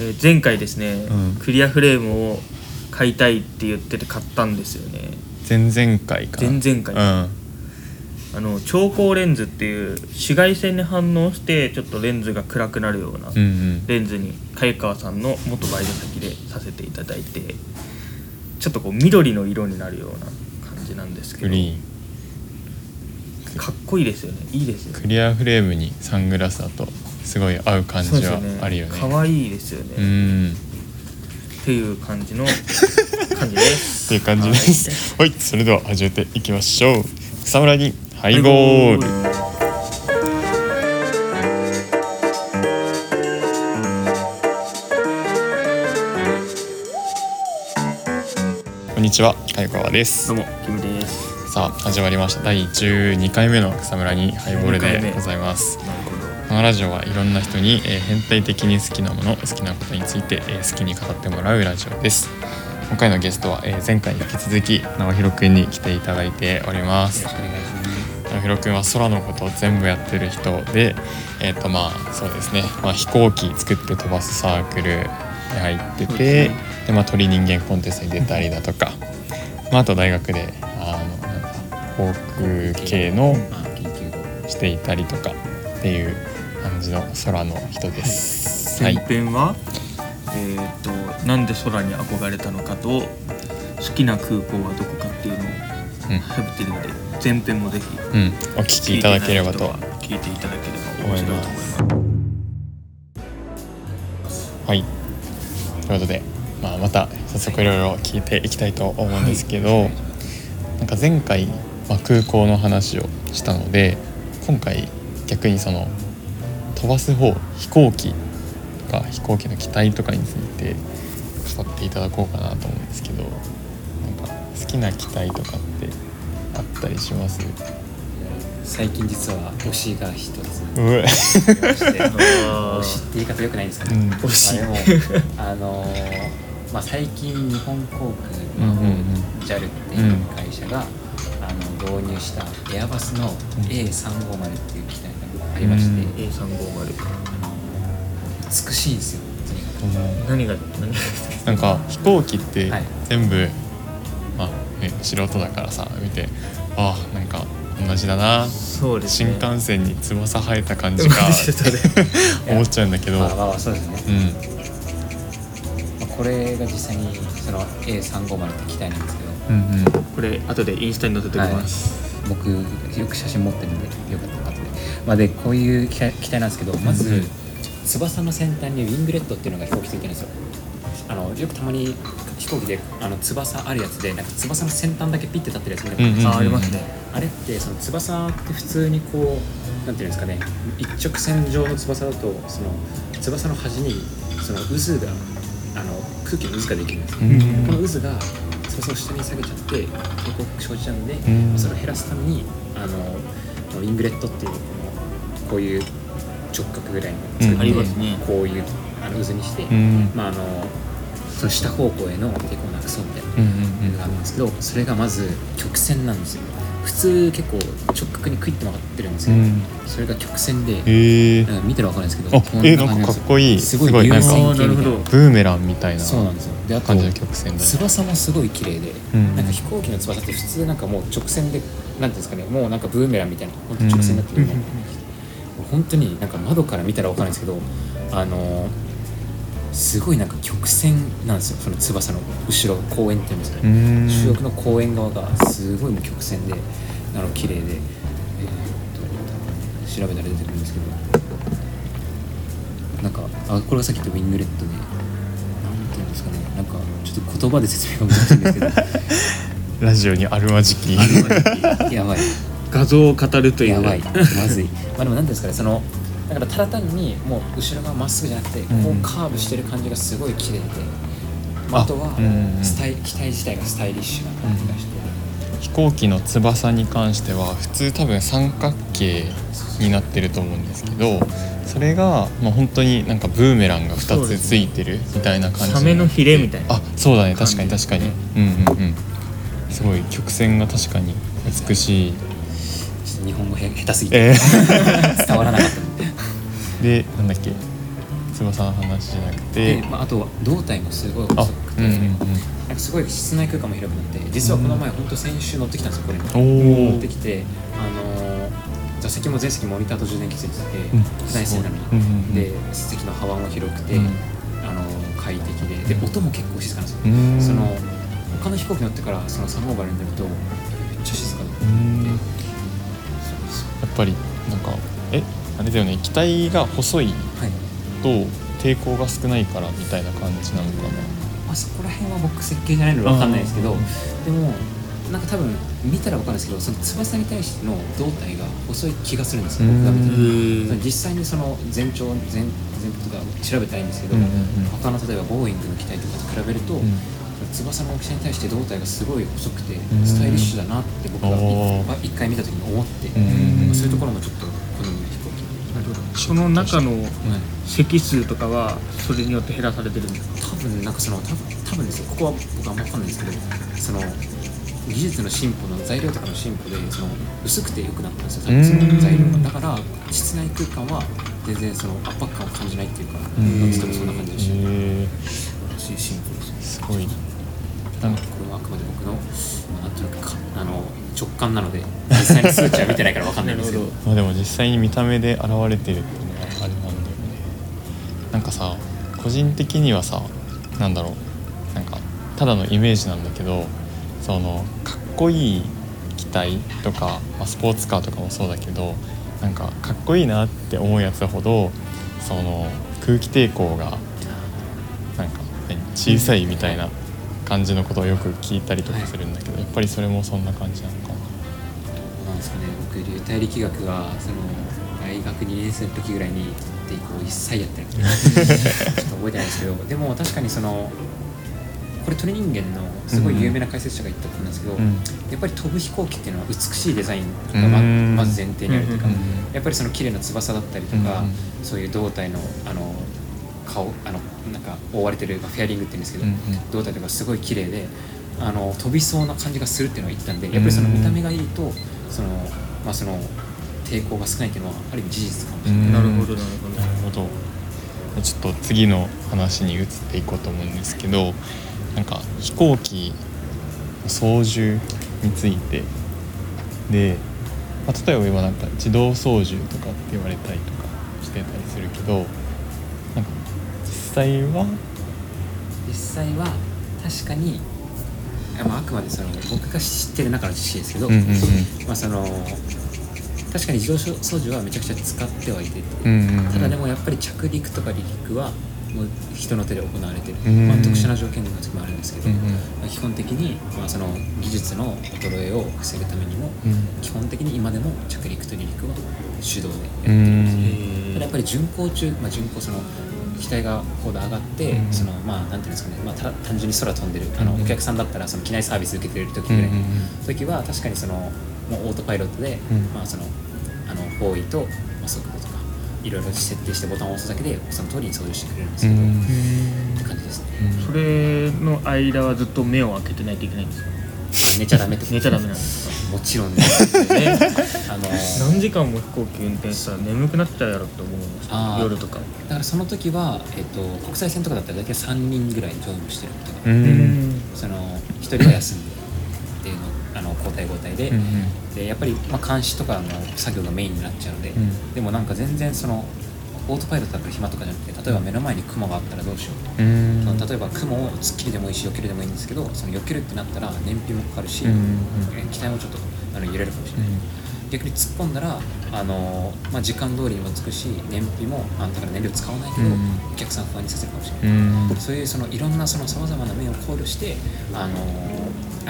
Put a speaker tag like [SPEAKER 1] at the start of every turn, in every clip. [SPEAKER 1] えー前回ですね、
[SPEAKER 2] うん
[SPEAKER 1] クリアフレームを買いたいって言ってて買ったんですよね
[SPEAKER 2] 前々回か
[SPEAKER 1] 前々回
[SPEAKER 2] うん
[SPEAKER 1] あの超光レンズっていう紫外線に反応してちょっとレンズが暗くなるような
[SPEAKER 2] うんうん
[SPEAKER 1] レンズに貝川さんの元バイト先でさせていただいてちょっとこう緑の色になるような感じなんですけ
[SPEAKER 2] グ
[SPEAKER 1] ど
[SPEAKER 2] リーン
[SPEAKER 1] かっこいいですよねいいですよね
[SPEAKER 2] クリアフレームにサングラスだとすごい合う感じはあるよ
[SPEAKER 1] そ
[SPEAKER 2] ね
[SPEAKER 1] うですよね可愛いですよね、
[SPEAKER 2] う
[SPEAKER 1] っ
[SPEAKER 2] ん
[SPEAKER 1] ていう感じの感じです
[SPEAKER 2] っていう感じですはいそれでは始めていきましょう草むらにハイ
[SPEAKER 1] イ
[SPEAKER 2] ゴールこんにちはかよかわです
[SPEAKER 1] どうもキムです
[SPEAKER 2] さあ始まりました第12回目の草むらにハイボール
[SPEAKER 1] 12回
[SPEAKER 2] で
[SPEAKER 1] 目
[SPEAKER 2] ございます
[SPEAKER 1] なるほど
[SPEAKER 2] このラジオはいろんな人に、えー変態的に好きなもの好きなことについて、えー好きに語ってもらうラジオです今回のゲストは、えー前回に引き続き直弘くんに来ていただいております
[SPEAKER 1] よろしくお願いします
[SPEAKER 2] ひろくんは空のことを全部やってる人でえっ、とまあそうですね、まあ、飛行機作って飛ばすサークルに入って
[SPEAKER 1] そう
[SPEAKER 2] て
[SPEAKER 1] です
[SPEAKER 2] で
[SPEAKER 1] ね、
[SPEAKER 2] まあ、鳥人間コンテストに出たりだとか、まあ、あと大学であのなんだ航空系の
[SPEAKER 3] まあ研究後
[SPEAKER 2] していたりとかっていう感じの空の人です。は
[SPEAKER 1] 前
[SPEAKER 2] い、
[SPEAKER 1] 編は、えーっとなんで空に憧れたのかと好きな空港はどこかっていうのを喋ってるので前編もぜひ
[SPEAKER 2] うん、うん、お聞きいただければとは
[SPEAKER 1] 聞いていただければ面白いと思います
[SPEAKER 2] い。ということで、まあ、また早速いろいろ聞いていきたいと思うんですけど、なんか前回、まあ、空港の話をしたので今回逆にその飛ばす方飛行機とか飛行機の機体とかについて語っていただこうかなと思うんですけどなんか好きな機体とかってあったりします
[SPEAKER 3] 最近実は推しが一つ
[SPEAKER 2] うえ
[SPEAKER 3] ありまして
[SPEAKER 1] あ
[SPEAKER 3] 推しって言い方良くないですかね、
[SPEAKER 2] うん
[SPEAKER 3] まあ
[SPEAKER 2] 推し
[SPEAKER 3] でも あのーまあ、最近日本航
[SPEAKER 2] う
[SPEAKER 3] 空
[SPEAKER 2] ん
[SPEAKER 3] の
[SPEAKER 2] うんうん
[SPEAKER 3] JAL っていう会社が、あの導入したエアバスの A350 っていう機体がありまして、
[SPEAKER 2] うん
[SPEAKER 1] A350
[SPEAKER 3] 美しいんですよとにかく
[SPEAKER 1] 何が何が
[SPEAKER 2] なんか飛行機って
[SPEAKER 3] はい
[SPEAKER 2] 全部、まあね、素人だからさ見てああなんか同じだな、
[SPEAKER 1] そうです
[SPEAKER 2] 新
[SPEAKER 1] ね
[SPEAKER 2] 幹線に翼生えた感 じか思っちゃうんだけど、
[SPEAKER 3] まあまあまあそうですね、
[SPEAKER 2] うん
[SPEAKER 3] まあこれが実際にその A350 って機体なんですけど
[SPEAKER 2] うんうん
[SPEAKER 1] これ後でインスタに載せておきます、
[SPEAKER 3] 僕よく写真持ってるんでよかったら後で、まあ、でこういう機体機体なんですけどまず、
[SPEAKER 2] うん
[SPEAKER 3] 翼の先端にウィングレットっていうのが飛行機ついてるんですよあのよくたまに飛行機であの翼あるやつでなんか翼の先端だけピッて立ってるやつみたいな、
[SPEAKER 2] うんうん
[SPEAKER 1] あありますね
[SPEAKER 3] あれってその翼って普通にこうなんていうんですかね一直線上の翼だとその翼の端にその渦があの空気の渦ができるんですよ
[SPEAKER 2] うん
[SPEAKER 3] この渦が翼を下に下げちゃって抵抗が生じちゃうんで、
[SPEAKER 2] ん
[SPEAKER 3] それを減らすためにあのこのイングレットっていうこのこういう直角ぐらいの作って、
[SPEAKER 2] うん
[SPEAKER 1] ありますね
[SPEAKER 3] こういうあの渦にして、
[SPEAKER 2] うん
[SPEAKER 3] まああのその下方向への抵抗をなくそうみたいな
[SPEAKER 2] うん
[SPEAKER 3] のがあるんですけど、それがまず曲線なんですよ普通結構直角にクイッと曲がってるんです
[SPEAKER 2] う
[SPEAKER 3] よ、
[SPEAKER 2] んうん
[SPEAKER 3] それが曲線で、
[SPEAKER 2] へえ
[SPEAKER 3] うん見たらわかるんないですけど
[SPEAKER 2] あ
[SPEAKER 3] こん
[SPEAKER 2] え
[SPEAKER 3] な
[SPEAKER 2] ーな
[SPEAKER 3] 感
[SPEAKER 2] んかかっ
[SPEAKER 3] じなんですよ
[SPEAKER 2] こいい
[SPEAKER 3] すご
[SPEAKER 2] すごい
[SPEAKER 3] い
[SPEAKER 2] なん
[SPEAKER 3] 優
[SPEAKER 2] か
[SPEAKER 3] 先
[SPEAKER 1] あーなるほど
[SPEAKER 2] ブーメランみたいな
[SPEAKER 3] そうなんですよであと
[SPEAKER 2] 感じの曲線だね
[SPEAKER 3] 翼もすごい綺麗で、
[SPEAKER 2] うん
[SPEAKER 3] なんか飛行機の翼って普通なんかもう直線でなんていうんですかねもうなんかブーメランみたいな本当直線になってるよね、
[SPEAKER 1] うん
[SPEAKER 3] 本当になんか窓から見たらわかるんないですけどあのーすごいなんか曲線なんですよその翼の後ろ公園っていうんですか
[SPEAKER 2] う
[SPEAKER 3] ね、
[SPEAKER 2] ん
[SPEAKER 3] 主翼の公園側がすごいもう曲線であの綺麗で、えーっと調べたら出てくるんですけどなんかあこれがさっき言ったウィングレットでなんていうんですかねなんかちょっと言葉で説明が難しいんですけど
[SPEAKER 2] ラジオにあるまじき
[SPEAKER 3] やばい
[SPEAKER 1] 画像を語るという
[SPEAKER 3] やばいまずいまあでもなんていうんですかねそのだからただ単にもう後ろがまっすぐじゃなくて、
[SPEAKER 2] ん
[SPEAKER 3] こうカーブしてる感じがすごい綺麗で、
[SPEAKER 2] あ
[SPEAKER 3] あ、とは
[SPEAKER 2] うんうん
[SPEAKER 3] スタイ機体自体がスタイリッシュな感じがして。
[SPEAKER 2] 飛行機の翼に関しては普通多分三角形になってると思うんですけどそれが、まあ、本当になんかブーメランが2つついてるみたいな感じ
[SPEAKER 1] サメのヒレみたいな
[SPEAKER 2] あそうだね確か
[SPEAKER 1] 感
[SPEAKER 2] に
[SPEAKER 1] じ
[SPEAKER 2] 確かにうんうんうんすごい曲線が確かに美しい
[SPEAKER 3] ちょ っと日本語へ下手すぎて
[SPEAKER 2] えー
[SPEAKER 3] 伝わらなかった
[SPEAKER 2] でなんだっけ翼の話じゃなくて
[SPEAKER 3] で、まあ、あとは胴体もすごい細
[SPEAKER 2] あ
[SPEAKER 3] く
[SPEAKER 2] う
[SPEAKER 3] て、
[SPEAKER 2] ん
[SPEAKER 3] なんかすごい室内空間も広くなって実はこの前本当先週乗ってきたんですよこれに
[SPEAKER 2] うんうんお
[SPEAKER 3] 持
[SPEAKER 2] お
[SPEAKER 3] ってきて、あのー座席も全席モニターと充電器ついてて、
[SPEAKER 2] うん
[SPEAKER 3] 内線並み、
[SPEAKER 2] うんうんうん
[SPEAKER 3] で席の幅も広くて、
[SPEAKER 2] うん
[SPEAKER 3] あのー快適でで音も結構静かなんです
[SPEAKER 2] うん
[SPEAKER 3] よ、その他の飛行機乗ってからそのサンゴバルに乗るとめっちゃ静かだった、
[SPEAKER 2] うんや
[SPEAKER 3] そうそ
[SPEAKER 2] っ
[SPEAKER 3] う
[SPEAKER 2] ぱりなんかえあれだよね機体が細い
[SPEAKER 3] はい
[SPEAKER 2] と抵抗が少ないからみたいな感じなのかな
[SPEAKER 3] まあ、そこら辺は僕設計じゃないので分かんないですけど、
[SPEAKER 2] うん
[SPEAKER 3] でもなんか多分見たら分かるんですけどその翼に対しての胴体が細い気がするんですよ僕が見
[SPEAKER 2] う
[SPEAKER 3] てて
[SPEAKER 1] ー
[SPEAKER 3] その実際にその全長全全部とか調べたいんですけど、
[SPEAKER 2] うんうんうん
[SPEAKER 3] 他の例えばボーイングの機体とかと比べると、
[SPEAKER 2] うん
[SPEAKER 3] 翼の大きさに対して胴体がすごい細くて
[SPEAKER 2] ん
[SPEAKER 3] スタイリッシュだなって僕が
[SPEAKER 2] おー
[SPEAKER 3] まあ一回見た時に思って、
[SPEAKER 2] うん
[SPEAKER 3] そういうところもちょっと好みの飛行機に
[SPEAKER 1] なるほどその中の
[SPEAKER 3] はい
[SPEAKER 1] 席数とかはそれによって減らされてるんですか
[SPEAKER 3] 多分なんかその多分多分ですよここは僕あんま分かんないですけどその技術の進歩の材料とかの進歩でその薄くて良くなったんですよ多分その材料
[SPEAKER 2] う
[SPEAKER 3] が
[SPEAKER 2] ん
[SPEAKER 3] だから室内空間は全然その圧迫感を感じないっていうか
[SPEAKER 2] うん
[SPEAKER 3] どっちともそんな感じでした
[SPEAKER 2] へ
[SPEAKER 3] そういう進歩です
[SPEAKER 2] えすごいなんか
[SPEAKER 3] これはあくまで僕の、まあ、なんとなくかあの直感なので実際に数値は見てないから分かんないんですけど
[SPEAKER 1] なる
[SPEAKER 2] まあでも実際に見た目で現れてるっていうのがあれなんだよねなんかさ個人的にはさなんだろうなんかただのイメージなんだけどそのかっこいい機体とか、まあ、スポーツカーとかもそうだけどなんかかっこいいなって思うやつほどその空気抵抗がなんか何小さいみたいな感じのことをよく聞いたりとかするんだけどやっぱりそれもそんな感じなのかな。
[SPEAKER 3] なんですかね僕流体力学がその大学2年生の時ぐらいに取って以降一切やってなく てちょっと覚えてないですけどでも確かにそのこれ鳥人間のすごい有名な解説者が言ったことなんですけど、
[SPEAKER 2] うん
[SPEAKER 3] やっぱり飛ぶ飛行機っていうのは美しいデザイン
[SPEAKER 2] う
[SPEAKER 3] がま
[SPEAKER 2] ん
[SPEAKER 3] まず前提にあるというか、
[SPEAKER 1] うん
[SPEAKER 3] やっぱりその綺麗な翼だったりとか、
[SPEAKER 2] うん
[SPEAKER 3] そういう胴体のあの顔あのなんか覆われてるまあフェアリングって言うんですけど、
[SPEAKER 2] うんうん
[SPEAKER 3] 胴体とかすごい綺麗であの飛びそうな感じがするっていうのは言ってたんでやっぱりその見た目がいいとその、まあ、その抵抗が少ないっていうのはある意味事実かもしれない、
[SPEAKER 2] うん
[SPEAKER 1] なるほどなる
[SPEAKER 2] なるほどちょっと次の話に移っていこうと思うんですけどなんか飛行機の操縦についてで、まあ、例えば今なんか自動操縦とかって言われたりとかしてたりするけどなんか実際は
[SPEAKER 3] 実際は確かに、あまあ、あくまでその僕が知ってる中の知識ですけど、
[SPEAKER 2] うんうんうん
[SPEAKER 3] まあ、その確かに自動操縦はめちゃくちゃ使ってはいて、
[SPEAKER 2] うんうんうん
[SPEAKER 3] ただでもやっぱり着陸とか離陸はもう人の手で行われてる、
[SPEAKER 2] うん
[SPEAKER 3] まあ、特殊な条件の時もあるんですけど、
[SPEAKER 2] うんうん
[SPEAKER 3] まあ基本的に、まあ、その技術の衰えを防ぐためにも、
[SPEAKER 2] うん
[SPEAKER 3] 基本的に今でも着陸と離陸は手動でやって
[SPEAKER 2] う
[SPEAKER 3] る
[SPEAKER 2] ん
[SPEAKER 3] んです、ただやっぱり巡航中、まあ、巡航その機体が高度上がって、
[SPEAKER 2] うん
[SPEAKER 3] そのまあなんていうんですかね、まあ、た単純に空飛んでるあの、
[SPEAKER 2] うん
[SPEAKER 3] お客さんだったらその機内サービス受けてる時
[SPEAKER 2] う
[SPEAKER 3] ぐ
[SPEAKER 2] んう
[SPEAKER 3] ら
[SPEAKER 2] ん
[SPEAKER 3] い、時は確かにそのもうオートパイロットで、
[SPEAKER 2] うん
[SPEAKER 3] まあ、そのあの方位と、まあ、速度とかいろいろ設定してボタンを押すだけでその通りに操縦してくれるんです
[SPEAKER 2] う
[SPEAKER 3] けど、
[SPEAKER 2] ん
[SPEAKER 3] って感じですね、
[SPEAKER 2] うん
[SPEAKER 1] それの間はずっと目を開けてないといけないんですか
[SPEAKER 3] あ寝ちゃダメってこと
[SPEAKER 1] 寝ちゃダメなんです
[SPEAKER 3] もちろんです
[SPEAKER 1] か ね
[SPEAKER 3] あの
[SPEAKER 1] 何時間も飛行機運転したら眠くなっちゃうやろって思うんですよ
[SPEAKER 3] あー
[SPEAKER 1] 夜とか
[SPEAKER 3] だからその時は、えっと国際線とかだったら大体3人ぐらい乗務してることが、
[SPEAKER 2] うん
[SPEAKER 3] その1人は休んでっていうのあの交代交代で、
[SPEAKER 2] うんうん
[SPEAKER 3] でやっぱり、まあ、監視とかの作業がメインになっちゃうので、
[SPEAKER 2] うん
[SPEAKER 3] でもなんか全然そのオートパイロットだから暇とかじゃなくて例えば目の前に雲があったらどうしようとか
[SPEAKER 2] うん
[SPEAKER 3] その例えば雲を突っ切りでもいいし避けるでもいいんですけどその避けるってなったら燃費もかかるし、
[SPEAKER 2] うんうんうん
[SPEAKER 3] え機体もちょっとあの揺れるかもしれ
[SPEAKER 2] う
[SPEAKER 3] ない、
[SPEAKER 2] ん
[SPEAKER 3] 逆に突っ込んだら、あのーまあ、時間通りにもつくし燃費もあのだから燃料使わないけど、
[SPEAKER 2] うん
[SPEAKER 3] お客さん不安にさせるかもしれない、
[SPEAKER 2] うん
[SPEAKER 3] そういうそのいろんなそのさまざまな面を考慮して、あのー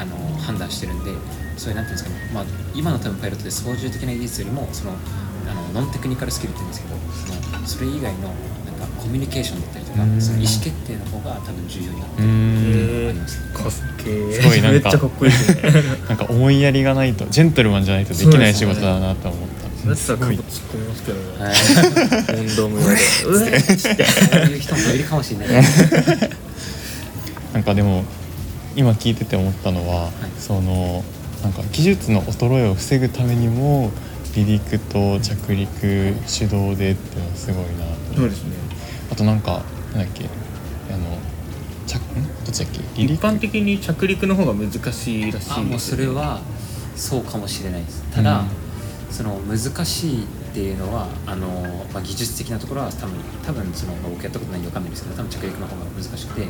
[SPEAKER 3] あのー判断してるんでそういうなんていうんですかね、まあ、今の多分パイロットで操縦的な技術よりもそのあのノンテクニカルスキルって言うんですけどそのそれ以外のなんかコミュニケーションだったりとか、
[SPEAKER 2] うん
[SPEAKER 3] その意思決定の方が多分重要になって
[SPEAKER 2] う
[SPEAKER 3] る
[SPEAKER 2] ん
[SPEAKER 3] ありますね
[SPEAKER 1] かっけー
[SPEAKER 2] すごいなんか
[SPEAKER 1] めっちゃかっこいい ですね
[SPEAKER 2] なんか思いやりがないとジェントルマンじゃないとできない仕事だなと思った、
[SPEAKER 1] だったら
[SPEAKER 2] すご
[SPEAKER 1] 過去
[SPEAKER 2] い
[SPEAKER 1] 突っ込みますけどね
[SPEAKER 3] はい
[SPEAKER 1] 運動もやるうえっつって
[SPEAKER 3] そういう人もいるかもしれないですね
[SPEAKER 2] なんかでも今聞いてて思ったのは、
[SPEAKER 3] い
[SPEAKER 2] そのなんか技術の衰えを防ぐためにも離陸と着陸手動でっていうのはすごいなと、
[SPEAKER 1] そうですね
[SPEAKER 2] あとなんかなんだっけあの着んどっちだっけ離
[SPEAKER 1] 一
[SPEAKER 2] 陸
[SPEAKER 1] 般的に着陸の方が難しいらしい
[SPEAKER 3] あもうそれはそうかもしれないですただ、その難しいっていうのはあの、まあ、技術的なところは多分多分その、まあ僕やったことないんでわかんないですけど多分着陸の方が難しくて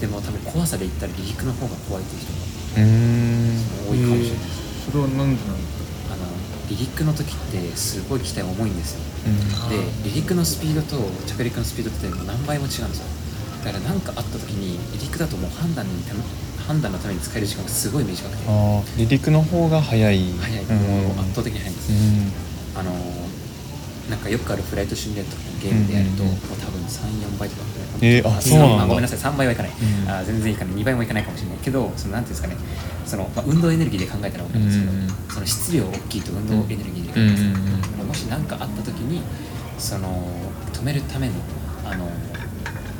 [SPEAKER 3] でも多分怖さで言ったら離陸の方が怖いっていう人
[SPEAKER 2] うーん
[SPEAKER 3] が多いかもしれないです、
[SPEAKER 1] それは何でなんだろ
[SPEAKER 3] あの離陸の時ってすごい機体重いんです
[SPEAKER 2] う
[SPEAKER 3] よ
[SPEAKER 2] ん
[SPEAKER 3] で
[SPEAKER 1] あー
[SPEAKER 3] 離陸のスピードと着陸のスピードって何倍も違うんですよだから何かあった時に離陸だともう判断にため判断のために使える時間がすごい短くて速
[SPEAKER 2] あー離陸の方が早い
[SPEAKER 3] い、
[SPEAKER 2] うん
[SPEAKER 3] もう圧倒的に速いんです、
[SPEAKER 2] うん
[SPEAKER 3] あのーなんかよくあるフライトシミュレーターのゲームでやると、
[SPEAKER 2] うんうんうん
[SPEAKER 3] もう多分34倍とかぐらいか
[SPEAKER 2] えーあそうなんだ
[SPEAKER 3] あごめんなさい3倍はいかない、
[SPEAKER 2] うん
[SPEAKER 3] あー全然いかない2倍もいかないかもしれないけどそのなんていうんですかねその、まあ、運動エネルギーで考えたら分かるんですけど、
[SPEAKER 2] うんうん
[SPEAKER 3] その質量大きいと運動エネルギーで
[SPEAKER 2] う
[SPEAKER 3] 考え
[SPEAKER 2] んうんん
[SPEAKER 3] るですよ、だからもし何かあった時にその止めるためのあの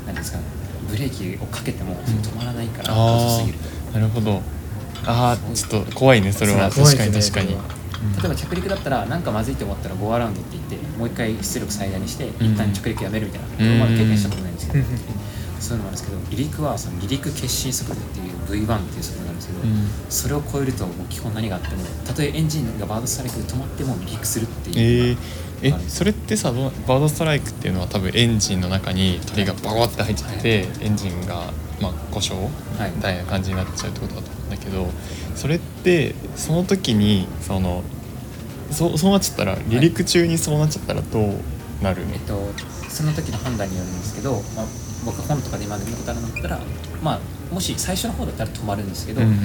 [SPEAKER 3] なんですかねブレーキをかけても止まらないから遅
[SPEAKER 2] あ
[SPEAKER 3] すぎると
[SPEAKER 2] あなるほどああちょっと怖いねそれは
[SPEAKER 3] そ
[SPEAKER 2] 確かに確かに、
[SPEAKER 3] 例えば着陸だったらなんかまずいと思ったらゴーアラウンドって言ってもう一回出力最大にして
[SPEAKER 2] ん
[SPEAKER 3] 一旦着陸やめるみたいな、こ
[SPEAKER 2] ん
[SPEAKER 3] れまだ経験したことないんですけど、
[SPEAKER 2] うん
[SPEAKER 3] そういうのもあるんですけど離陸はその離陸決心速度っていう V1 っていう速度なんですけど、
[SPEAKER 2] うん
[SPEAKER 3] それを超えるともう基本何があってもたとえエンジンがバードストライクで止まっても離陸するっていう、
[SPEAKER 2] えー、えそれってさどうバードストライクっていうのは多分エンジンの中に鳥がバコって入っちゃって、エンジンが、まあ、故障
[SPEAKER 3] はい
[SPEAKER 2] みたいな感じになっちゃうってことだと思うんだけどそれってその時にそのそうそうなっちゃったら離陸中にそうなっちゃったらどうなるの、
[SPEAKER 3] えっと、その時の判断によるんですけど、まあ、僕本とかで今まで見たことあるんだったら、まあ、もし最初の方だったら止まるんですけど、
[SPEAKER 2] うんうんうん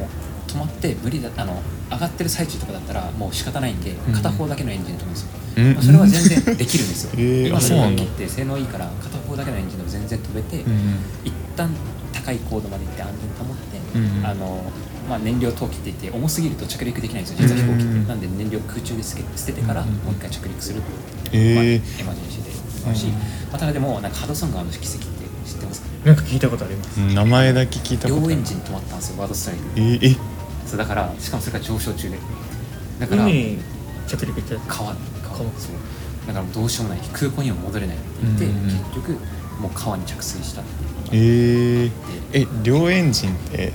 [SPEAKER 3] もう止まって無理だあの上がってる最中とかだったらもう仕方ないんで
[SPEAKER 2] ん
[SPEAKER 3] 片方だけのエンジンで止めるんですよ、
[SPEAKER 2] うん、
[SPEAKER 3] まあそれは全然できるんですよ
[SPEAKER 2] えー
[SPEAKER 3] 今
[SPEAKER 2] あそうな
[SPEAKER 3] の
[SPEAKER 2] ん
[SPEAKER 3] 飛
[SPEAKER 2] だ
[SPEAKER 3] 行機って性能いいから片方だけのエンジンでも全然飛べて、
[SPEAKER 2] うんうん
[SPEAKER 3] 一旦高い高度まで行って安全保って、
[SPEAKER 2] うんうん
[SPEAKER 3] あのまあ、燃料投棄って言って重すぎると着陸できないんですよ実は飛行機って、
[SPEAKER 2] うんうん
[SPEAKER 3] なんで燃料空中で捨て捨ててから
[SPEAKER 2] うんうんうん
[SPEAKER 3] もう一回着陸するってい
[SPEAKER 2] え
[SPEAKER 3] う、
[SPEAKER 2] ー
[SPEAKER 3] まあ、エマージェンシーであるし、
[SPEAKER 2] うん
[SPEAKER 3] まあ、ただでもなんかハドソン川の奇跡って知ってますか
[SPEAKER 1] うなんか聞いたことあります
[SPEAKER 2] うん名前だけ聞いた
[SPEAKER 3] 両
[SPEAKER 2] ことあ
[SPEAKER 3] エ
[SPEAKER 2] る
[SPEAKER 3] ンジン止まったんですよワードストライク
[SPEAKER 2] えー、え
[SPEAKER 3] そうだからしかもそれが上昇中でだから
[SPEAKER 1] 海
[SPEAKER 3] 川
[SPEAKER 1] に着陸したやつ
[SPEAKER 3] 川
[SPEAKER 1] 川
[SPEAKER 3] そうだからどうしようもない空港には戻れないって言って、
[SPEAKER 2] うんうんうん
[SPEAKER 3] 結局もう川に着水したって
[SPEAKER 2] えー、え両エンジンって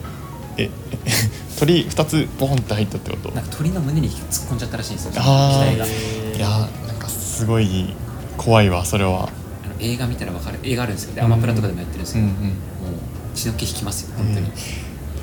[SPEAKER 2] え 鳥2つボンって入ったってこと
[SPEAKER 3] なんか鳥の胸に突っ込んじゃったらしいんですよ機
[SPEAKER 2] あー
[SPEAKER 3] 体が
[SPEAKER 2] いやーなんかすごい怖いわそれは
[SPEAKER 3] あの映画見たらわかる映画あるんですけどでアマプラとかでもやってるんですけど、
[SPEAKER 2] うんうん
[SPEAKER 3] もう血の気引きますよ本当に、
[SPEAKER 2] で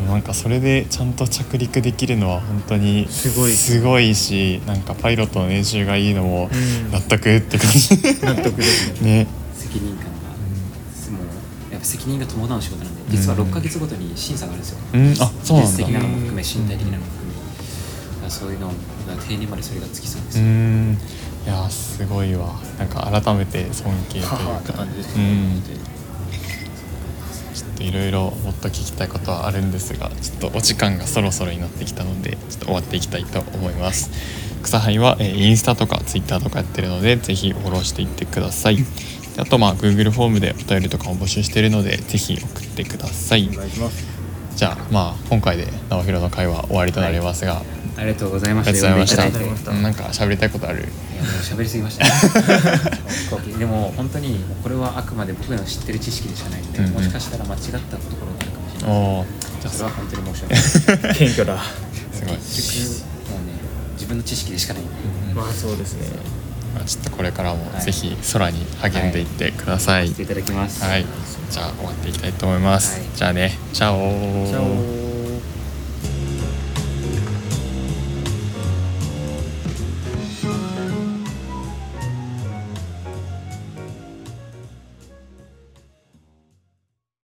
[SPEAKER 2] もなんかそれでちゃんと着陸できるのは本当に
[SPEAKER 1] すごい
[SPEAKER 2] すごいしなんかパイロットの練習がいいのも
[SPEAKER 1] うん
[SPEAKER 2] 納得って感じ
[SPEAKER 1] 納得ですね
[SPEAKER 2] ね
[SPEAKER 3] 責任感が、もうやっぱ責任が伴う仕事なんで実は
[SPEAKER 2] うん
[SPEAKER 3] 6ヶ月ごとに審査があるんですよ、
[SPEAKER 2] うんあそうなんだ
[SPEAKER 3] 技術的なのも含め身体的なのも含め、だからそういうのだから定年までそれがつきそうです
[SPEAKER 2] う
[SPEAKER 3] よ、
[SPEAKER 2] んいやーすごいわなんか改めて尊敬という
[SPEAKER 1] 母
[SPEAKER 2] か
[SPEAKER 1] って感じです
[SPEAKER 2] う
[SPEAKER 1] ね、
[SPEAKER 2] んちょっといろいろもっと聞きたいことはあるんですがちょっとお時間がそろそろになってきたのでちょっと終わっていきたいと思います草杯は、えーインスタとかツイッターとかやってるのでぜひフォローしていってくださいであとまあ Google フォームでお便りとかも募集してるのでぜひ送ってください
[SPEAKER 1] お願いします
[SPEAKER 2] じゃあまあ今回で直弘の会は終わりとなりますが、
[SPEAKER 3] ありがとうございま
[SPEAKER 2] ありがとうございました
[SPEAKER 3] 呼んでいた
[SPEAKER 1] ありがとうござい
[SPEAKER 3] だいて
[SPEAKER 1] ました
[SPEAKER 2] うんなんか喋りたいことある
[SPEAKER 3] いやもう喋りすぎ ました、ね、飛行機でも本当にこれはあくまで僕の知ってる知識でしかないので、
[SPEAKER 2] うんうん
[SPEAKER 3] もしかしたら間違ったところがあるかもしれない
[SPEAKER 2] おーじゃあ
[SPEAKER 3] それは本当に申し訳ないです
[SPEAKER 1] 謙虚だ
[SPEAKER 2] すごい
[SPEAKER 3] 結局もうね自分の知識でしかないんで
[SPEAKER 1] まあそうですね
[SPEAKER 2] まあちょっとこれからも
[SPEAKER 3] はい
[SPEAKER 2] ぜひ空に励んでいってください、
[SPEAKER 3] していただきます
[SPEAKER 2] はい、じゃあ終わっていきたいと思います。
[SPEAKER 3] はい
[SPEAKER 2] じゃあね、チャオ
[SPEAKER 1] チャオ